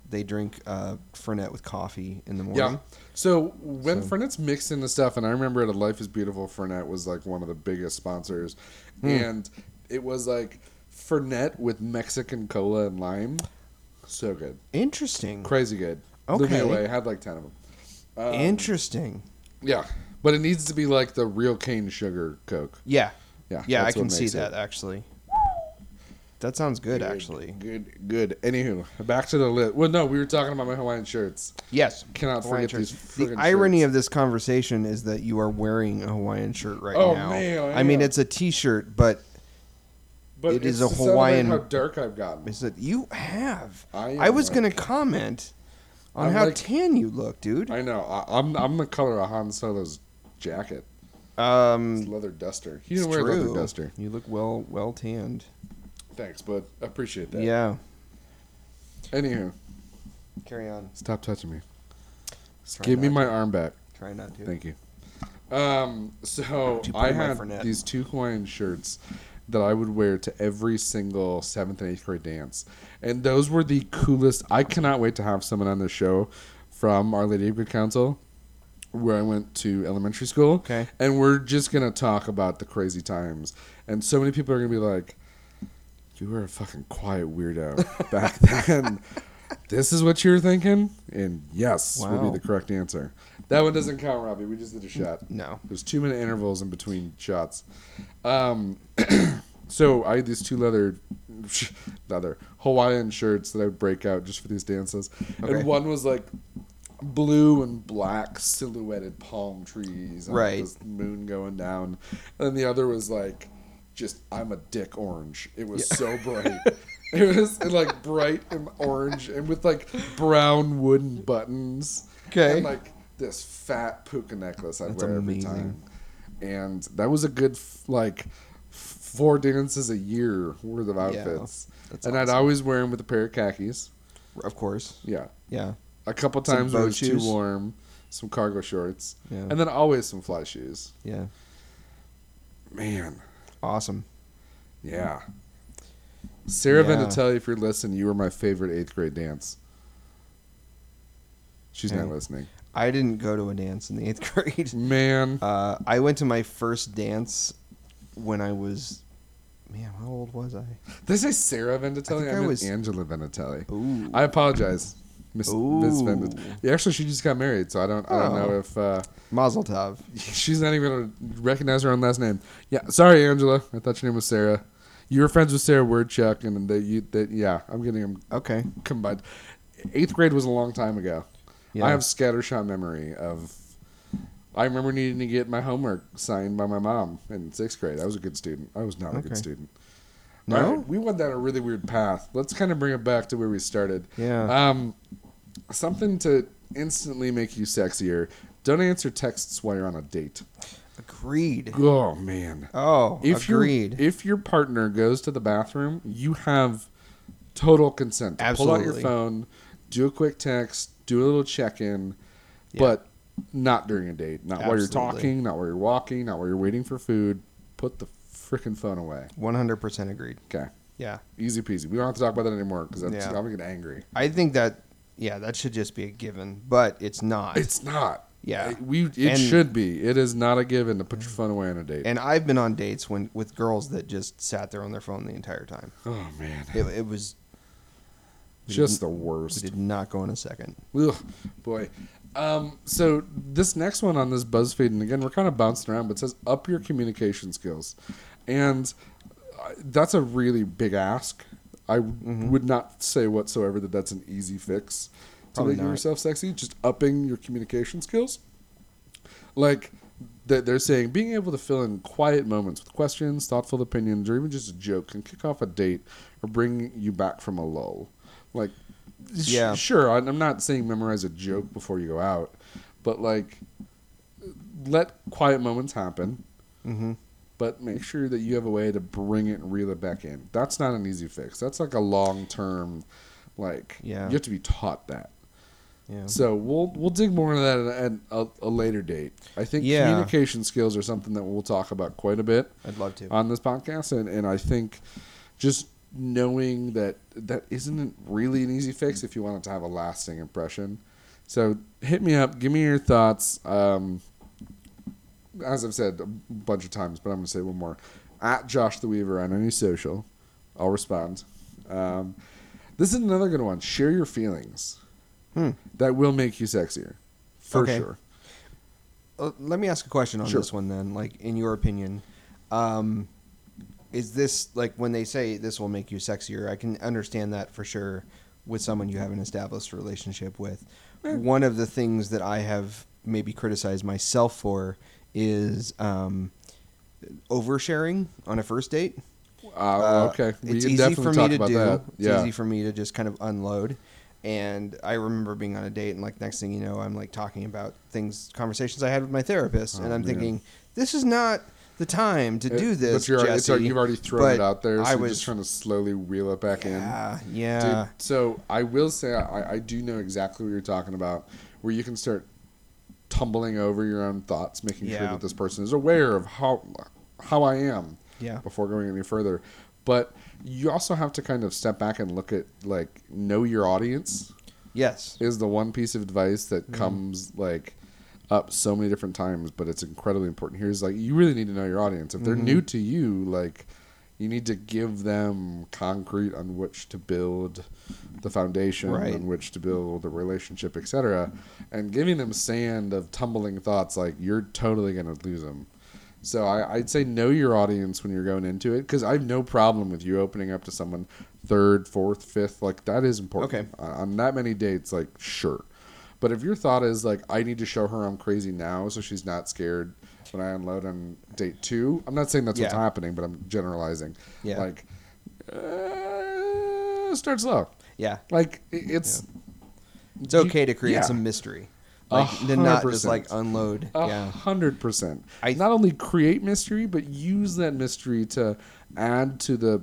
they drink uh, Fernet with coffee in the
yeah.
morning.
So when
So-
Fernet's mixed into stuff, and I remember at a Life Is Beautiful, Fernet was like one of the biggest sponsors,
Hmm.
and it was like Fernet with Mexican cola and lime. So good,
Interesting.
crazy good. Blew me
Okay.
away. I had like ten of them. Um,
Interesting.
yeah, but it needs to be like the real cane sugar Coke.
Yeah.
Yeah,
Yeah, I
that's what
can see
makes it
that actually. That sounds good, actually.
Good, good. Anywho, back to the list. Well, no, we were talking about my Hawaiian shirts.
Yes.
Cannot
Hawaiian
forget
shirts.
these
The
friggin'
irony
shirts.
of this conversation is that you are wearing a Hawaiian shirt right
Oh,
now.
man, I
I mean,
am.
it's a T-shirt, but
But
It
it's
is a
to celebrate
Hawaiian-
How dark I've gotten.
is that you have?
I
I
am
was
like-
gonna comment on
I'm
how
like-
tan you look, dude.
I know. I, I'm I'm the color of Han Solo's jacket. His
um,
leather duster. He
it's
didn't wear a leather
true.
duster.
You look well, well tanned.
Thanks, bud. I appreciate that.
Yeah.
Anywho,
Carry on.
stop touching me.
Try
Give me
not
my arm back.
to- Try not to.
Thank you. Um. So
To put
I
in my
had
Fernet.
these two Hawaiian shirts that I would wear to every single seventh and eighth grade dance, and those were the coolest. I cannot wait to have someone on the show from Our Lady of Good Counsel, where I went to elementary school.
Okay.
and we're just gonna talk about the crazy times, and so many people are gonna be like, "You were a fucking quiet weirdo back then." This is what you were thinking, and yes, would
Wow.
be the correct answer. That one doesn't count, Robbie. We just did a shot.
No.
There's two minute intervals in between shots. Um, so I had these two leather, leather Hawaiian shirts that I would break out just for these dances,
Okay.
and one was like blue and black silhouetted palm trees, and
Right.
This moon going down, and then the other was like just I'm a dick orange. It was so bright. It was like bright and orange, and with like brown wooden buttons.
Okay.
And like this fat puka necklace I
That's
wear every
amazing.
time. And that was a good f- like f- four dances a year worth of outfits.
that's
and I'd always wear them with a pair of khakis.
Of course.
Yeah,
Yeah.
a couple
Some
times when it
boat
was too
shoes?
warm, some cargo shorts,
Yeah.
and then always some fly shoes.
Yeah.
Man,
Awesome.
yeah. Sarah
Yeah.
Vendatelli, if you're listening, you were my favorite eighth grade dance. She's not
Hey.
listening.
I didn't go to a dance in the eighth grade.
Man,
Uh, I went to my first dance when I was, man, how old was I?
did I say Sarah Vendatelli?
think
I,
I
meant
was-
Angela Vendatelli.
Ooh.
I apologize. Miss, Miss
Ooh.
Vengeance. Yeah, actually, she just got married, so I don't. I don't
Oh.
know if uh,
Mazel tov.
she's not even gonna recognize her own last name. Yeah, sorry, Angela. I thought your name was Sarah. You were friends with Sarah Wordchuck, and that you that yeah, I'm getting them
Okay.
combined. Eighth grade was a long time ago.
Yeah.
I have scattershot memory of. I remember needing to get my homework signed by my mom in sixth grade. I was a good student. I was not a
Okay.
good student.
No?
All right, we went down a really weird path. Let's kind of bring it back to where we started.
Yeah.
Um, something to instantly make you sexier. Don't answer texts while you're on a date.
Agreed.
Oh man.
Oh,
If your
agreed.
if your partner goes to the bathroom, you have total consent. to Pull out your
Absolutely.
phone, do a quick text, do a little check in,
Yeah.
but not during a date. Not while you're
Absolutely.
talking. Not while you're walking. Not while you're waiting for food. Put the freaking phone away.
100% agreed.
Okay.
Yeah.
Easy peasy. We don't have to talk about that anymore because I'm,
Yeah.
I'm gonna get angry.
I think that, yeah, that should just be a given, but it's not.
It's not.
Yeah.
We it
And-
should be. It is not a given to put your phone away on a date.
and I've been on dates when with girls that just sat there on their phone the entire time.
oh man.
It, it was
Just the
it
worst.
did not go in a second.
Ugh, boy. Um, so this next one on this BuzzFeed, and again, we're kind of bouncing around, but it says up your communication skills, and uh, that's a really big ask. I
Mm-hmm.
would not say whatsoever that that's an easy fix to
Probably
making
not.
yourself sexy. Just upping your communication skills, like th- they're saying, being able to fill in quiet moments with questions, thoughtful opinions, or even just a joke can kick off a date or bring you back from a lull. Like Sh-
Yeah.
sure. I- I'm not saying memorize a joke before you go out, but like, let quiet moments happen.
Mhm.
But make sure that you have a way to bring it and reel it back in. That's not an easy fix. That's like a long term, like
Yeah.
you have to be taught that.
Yeah.
So we'll we'll dig more into that at, at a, a later date. I think
Yeah.
communication skills are something that we'll talk about quite a bit
I'd love to.
on this podcast and, and i think just knowing that that isn't really an easy fix if you want it to have a lasting impression so hit me up give me your thoughts um, as i've said a bunch of times but i'm going to say one more at josh the weaver on any social i'll respond um, this is another good one share your feelings
Hmm.
that will make you sexier for
Okay.
sure
Uh, let me ask a question on
Sure.
this one then. Like in your opinion, um, is this like when they say this will make you sexier? I can understand that for sure with someone you have an established relationship with.
Yeah.
One of the things that I have maybe criticized myself for is um, oversharing on a first date.
uh,
Uh,
okay we
it's
can
easy
definitely
for me
talk
to
about
do.
that
It's
yeah
easy for me to just kind of unload. And I remember being on a date, and like next thing you know, I'm like talking about things, conversations I had with my therapist,
Oh,
and I'm
man.
thinking this is not the time to
It-
do this.
Uh, But you're already, it's already-
Jesse."
you've already thrown
But
it out there. So
I
you're
was
just trying to slowly reel it back
yeah,
in.
yeah,
Dude, so I will say I, I do know exactly what you're talking about, where you can start tumbling over your own thoughts, making sure
Yeah.
that this person is aware of how how I am
yeah,
before going any further. But you also have to kind of step back and look at like know your audience
yes,
is the one piece of advice that comes like up so many different times, but it's incredibly important. Here's like you really need to know your audience. If they're new to you, like you need to give them concrete on which to build the foundation,
Right.
on which to build a relationship, etc. And giving them sand of tumbling thoughts like you're totally gonna lose them. So I, I'd say know your audience when you're going into it because I have no problem with you opening up to someone third, fourth, fifth. Like that is important.
Okay.
On, on that many dates, like sure. But if your thought is like I need to show her I'm crazy now so she's not scared when I unload on date two, I'm not saying that's what's
Yeah.
happening, but I'm generalizing.
Yeah.
Like uh, start slow.
yeah.
Like i- it's
It's okay to create
yeah.
some mystery,
A
like to not
hundred
just like
percent.
unload.
A
yeah,
hundred percent.
I-
not only create mystery, but use that mystery to add to the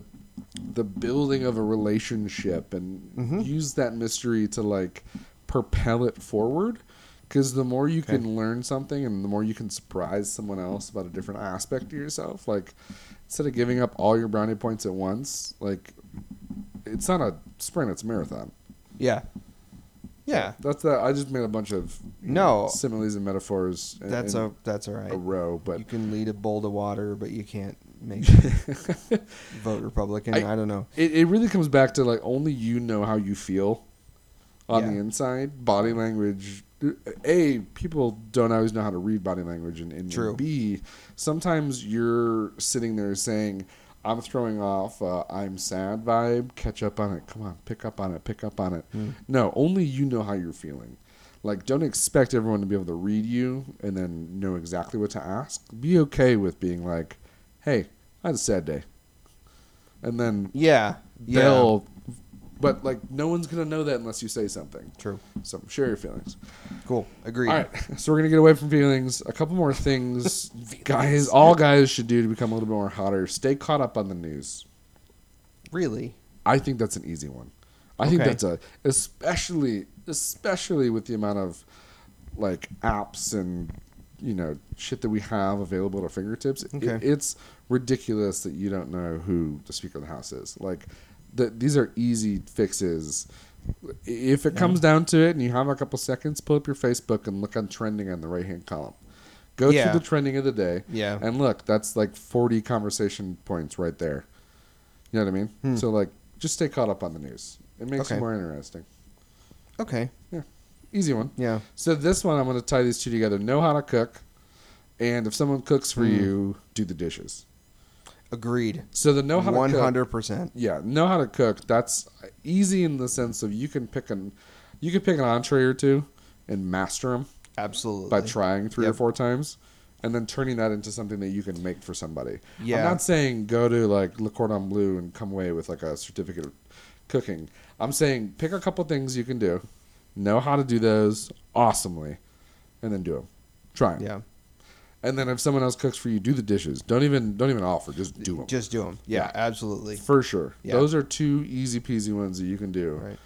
the building of a relationship, and
Mm-hmm.
use that mystery to like propel it forward. Because the more you can learn something, and the more you can surprise someone else about a different aspect of yourself, like instead of giving up all your brownie points at once, like it's not a sprint; it's a marathon.
yeah, yeah.
That's that. I just made a bunch of you
No.
know, similes and metaphors. in-
That's
in
a that's all right.
a row, but
you can lead a bowl to water, but you can't make vote Republican.
I-
I, don't know.
it, it really comes back to like only you know how you feel on
Yeah.
the inside. Body language. uh, A people don't always know how to read body language, and, and
True.
B sometimes you're sitting there saying, "I'm throwing off uh, I'm sad vibe. Catch up on it. Come on, pick up on it. Pick up on it."
Hmm.
No, only you know how you're feeling. Like, don't expect everyone to be able to read you and then know exactly what to ask. Be okay with being like, "Hey, I had a sad day," and then
Yeah. Yeah.
they'll but like no one's gonna know that unless you say something
True.
so share your feelings
Cool. Agreed.
all right so we're gonna get away from feelings a couple more things guys all guys should do to become a little bit more hotter stay caught up on the news
Really?
i think that's an easy one i think
Okay.
that's a especially especially with the amount of like apps and you know shit that we have available at our fingertips it-
Okay.
it's ridiculous that you don't know who the speaker of the house is like the, these are easy fixes if it comes down to it and you have a couple seconds pull up your facebook and look on trending on the right hand column go
Yeah.
through the trending of the day
Yeah.
and look that's like 40 conversation points right there you know what i mean so like just stay caught up on the news it makes it
Hmm. Okay.
more interesting
Okay.
easy one
Yeah.
so this one, I'm going to tie these two together. Know how to cook, and if someone cooks
Hmm.
for you, do the dishes.
Agreed.
So the know how
One
to cook,
hundred percent.
yeah, know how to cook. That's easy in the sense of you can pick an, you can pick an entree or two, and master them
Absolutely.
by trying three or
Yep.
four times, and then turning that into something that you can make for somebody. I'm
Yeah.
not saying go to like Le Cordon Bleu and come away with like a certificate of cooking. I'm saying pick a couple things you can do, know how to do those awesomely, and then do them. Try 'em.
Yeah.
And then if someone else cooks for you, do the dishes. Don't even don't even offer. Just do them.
Just do them. Yeah.
Yeah.
Absolutely.
for sure.
Yeah.
Those are two easy peasy ones that you can do.
Right.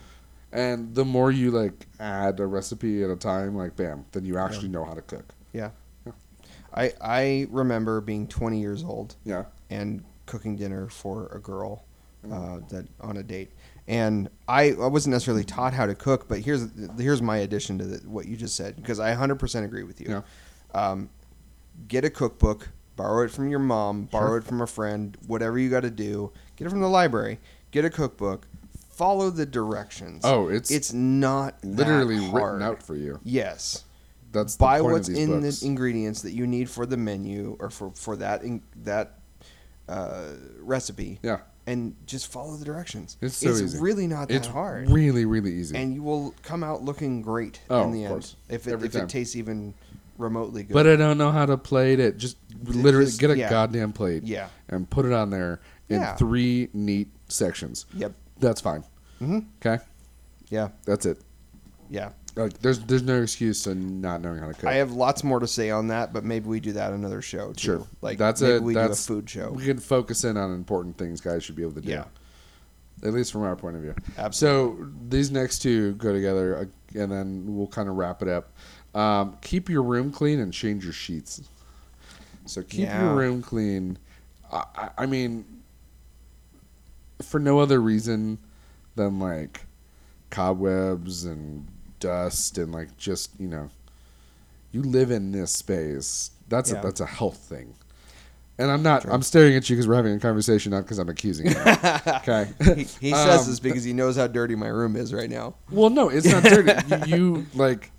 And the more you like add a recipe at a time, like bam, then you actually know how to cook.
Yeah. I I remember being 20 years old
Yeah. Mm-hmm.
and cooking dinner for a girl uh, that on a date, and I, I wasn't necessarily taught how to cook, but here's here's my addition to the, what you just said because I 100% agree with you.
Yeah.
Um, get a cookbook, borrow it from your mom, borrow it from a friend, whatever you got to do, get it from the library, get a cookbook, follow the directions.
Oh, it's
it's not that
literally
hard.
written out for you.
Yes
That's the
buy
point
what's
of these
in
books.
the ingredients that you need for the menu or for for that in, that uh, recipe.
Yeah.
and just follow the directions.
It's so easy.
really not that
it's
hard,
really really easy.
and you will come out looking great
Oh,
in the
of
end
course.
if it,
Every
if
time.
it tastes even remotely good.
but I don't know how to plate it. Just literally
just-
get a
yeah.
goddamn plate.
Yeah.
And put it on there in
Yeah.
three neat sections.
Yep.
That's fine.
Mhm.
Okay.
yeah,
That's it.
yeah.
Like there's there's no excuse to not knowing how to cook.
I have lots more to say on that, but maybe we do that another show. Too.
sure.
like
that's
maybe
a
we
that's
do a food show.
We can focus in on important things guys should be able to do.
Yeah.
At least from our point of view.
Absolutely.
So these next two go together, uh, and then we'll kind of wrap it up. Um, keep your room clean and change your sheets. So keep your
Yeah.
room clean. I, I, I mean, for no other reason than like cobwebs and dust and like just you know, you live in this space. That's
Yeah.
a that's a health thing. And I'm not. I'm staring at you because we're having a conversation, not because I'm accusing you. okay.
He, he says
Um,
this because he knows how dirty my room is right now.
well, no, it's not dirty. You, you like.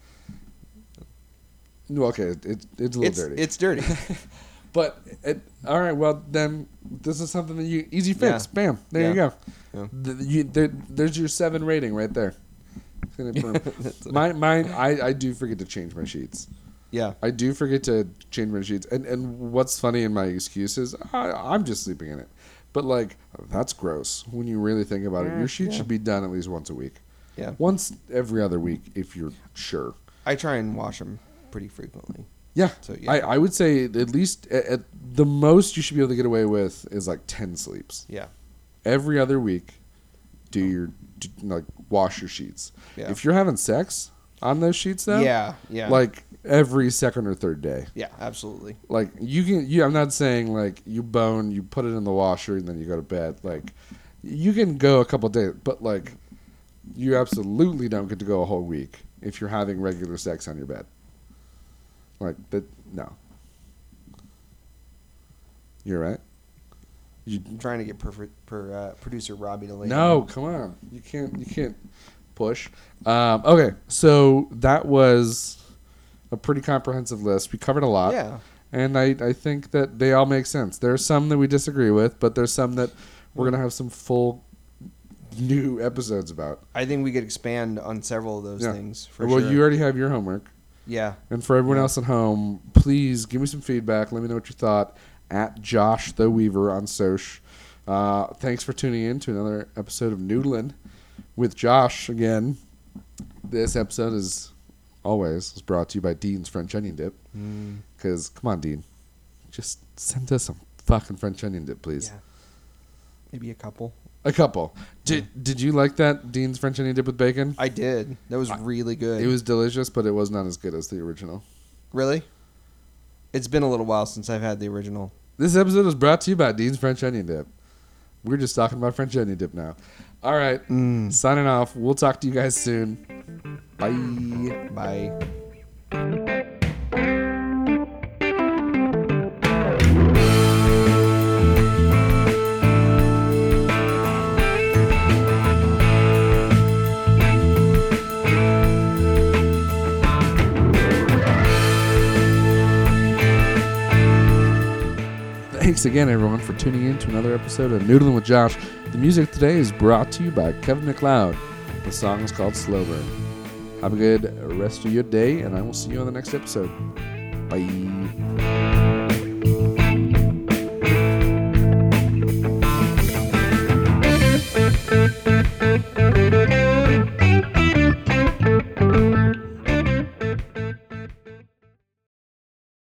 No, okay, it, it's a little
It's
dirty.
it's dirty.
but it, all right, well then, this is something that you easy fix.
Yeah.
Bam, there you
Yeah.
go. Th- you- there- there's your seven rating right there. It's gonna improve. my mine, I, I do forget to change my sheets.
yeah,
I do forget to change my sheets. And and what's funny in my excuse is I, I'm just sleeping in it. But like that's gross when you really think about it. Your sheet should be done at least once a week.
Yeah.
Once every other week if you're sure.
I try and wash them pretty frequently.
Yeah.
So, yeah.
I, I would say at least at, at the most you should be able to get away with is like 10 sleeps.
Yeah. Oh.
Every other week do your do, like wash your sheets.
Yeah.
If you're having sex on those sheets though,
Yeah, yeah.
Like every second or third day.
Yeah, absolutely.
like you can you i'm not saying like you bone you put it in the washer and then you go to bed like you can go a couple days but like you absolutely don't get to go a whole week if you're having regular sex on your bed like that no you're right you
I'm trying to get per, per, uh, producer Robbie to lay.
no come on you can't you can't push. Um, okay, so that was a pretty comprehensive list. We covered a lot.
Yeah.
And I, I think that they all make sense. There are some that we disagree with, but there's some that we're going to have some full new episodes about.
I think we could expand on several of those
Yeah.
things for
well,
sure.
you already have your homework.
yeah.
And for everyone else at home, please give me some feedback. Let me know what you thought at Josh the Weaver on Soch. Uh, thanks for tuning in to another episode of Noodlin with Josh again. This episode is always is brought to you by Dean's French Onion Dip.
Mm.
Because come on, Dean, just send us some fucking French onion dip, please.
Yeah. Maybe a couple.
A couple. Did Did you like that Dean's French onion dip with bacon?
I did. That was really good.
It was delicious, but it was not as good as the original.
really. It's been a little while since I've had the original.
This episode is brought to you by Dean's French Onion Dip. We're just talking about French Onion Dip now. All right. Signing off. We'll talk to you guys soon. Bye.
Bye.
Thanks again, everyone, for tuning in to another episode of Noodling with Josh. The music today is brought to you by Kevin McLeod. The song is called Slow Burn. Have a good rest of your day, and I will see you on the next episode. Bye.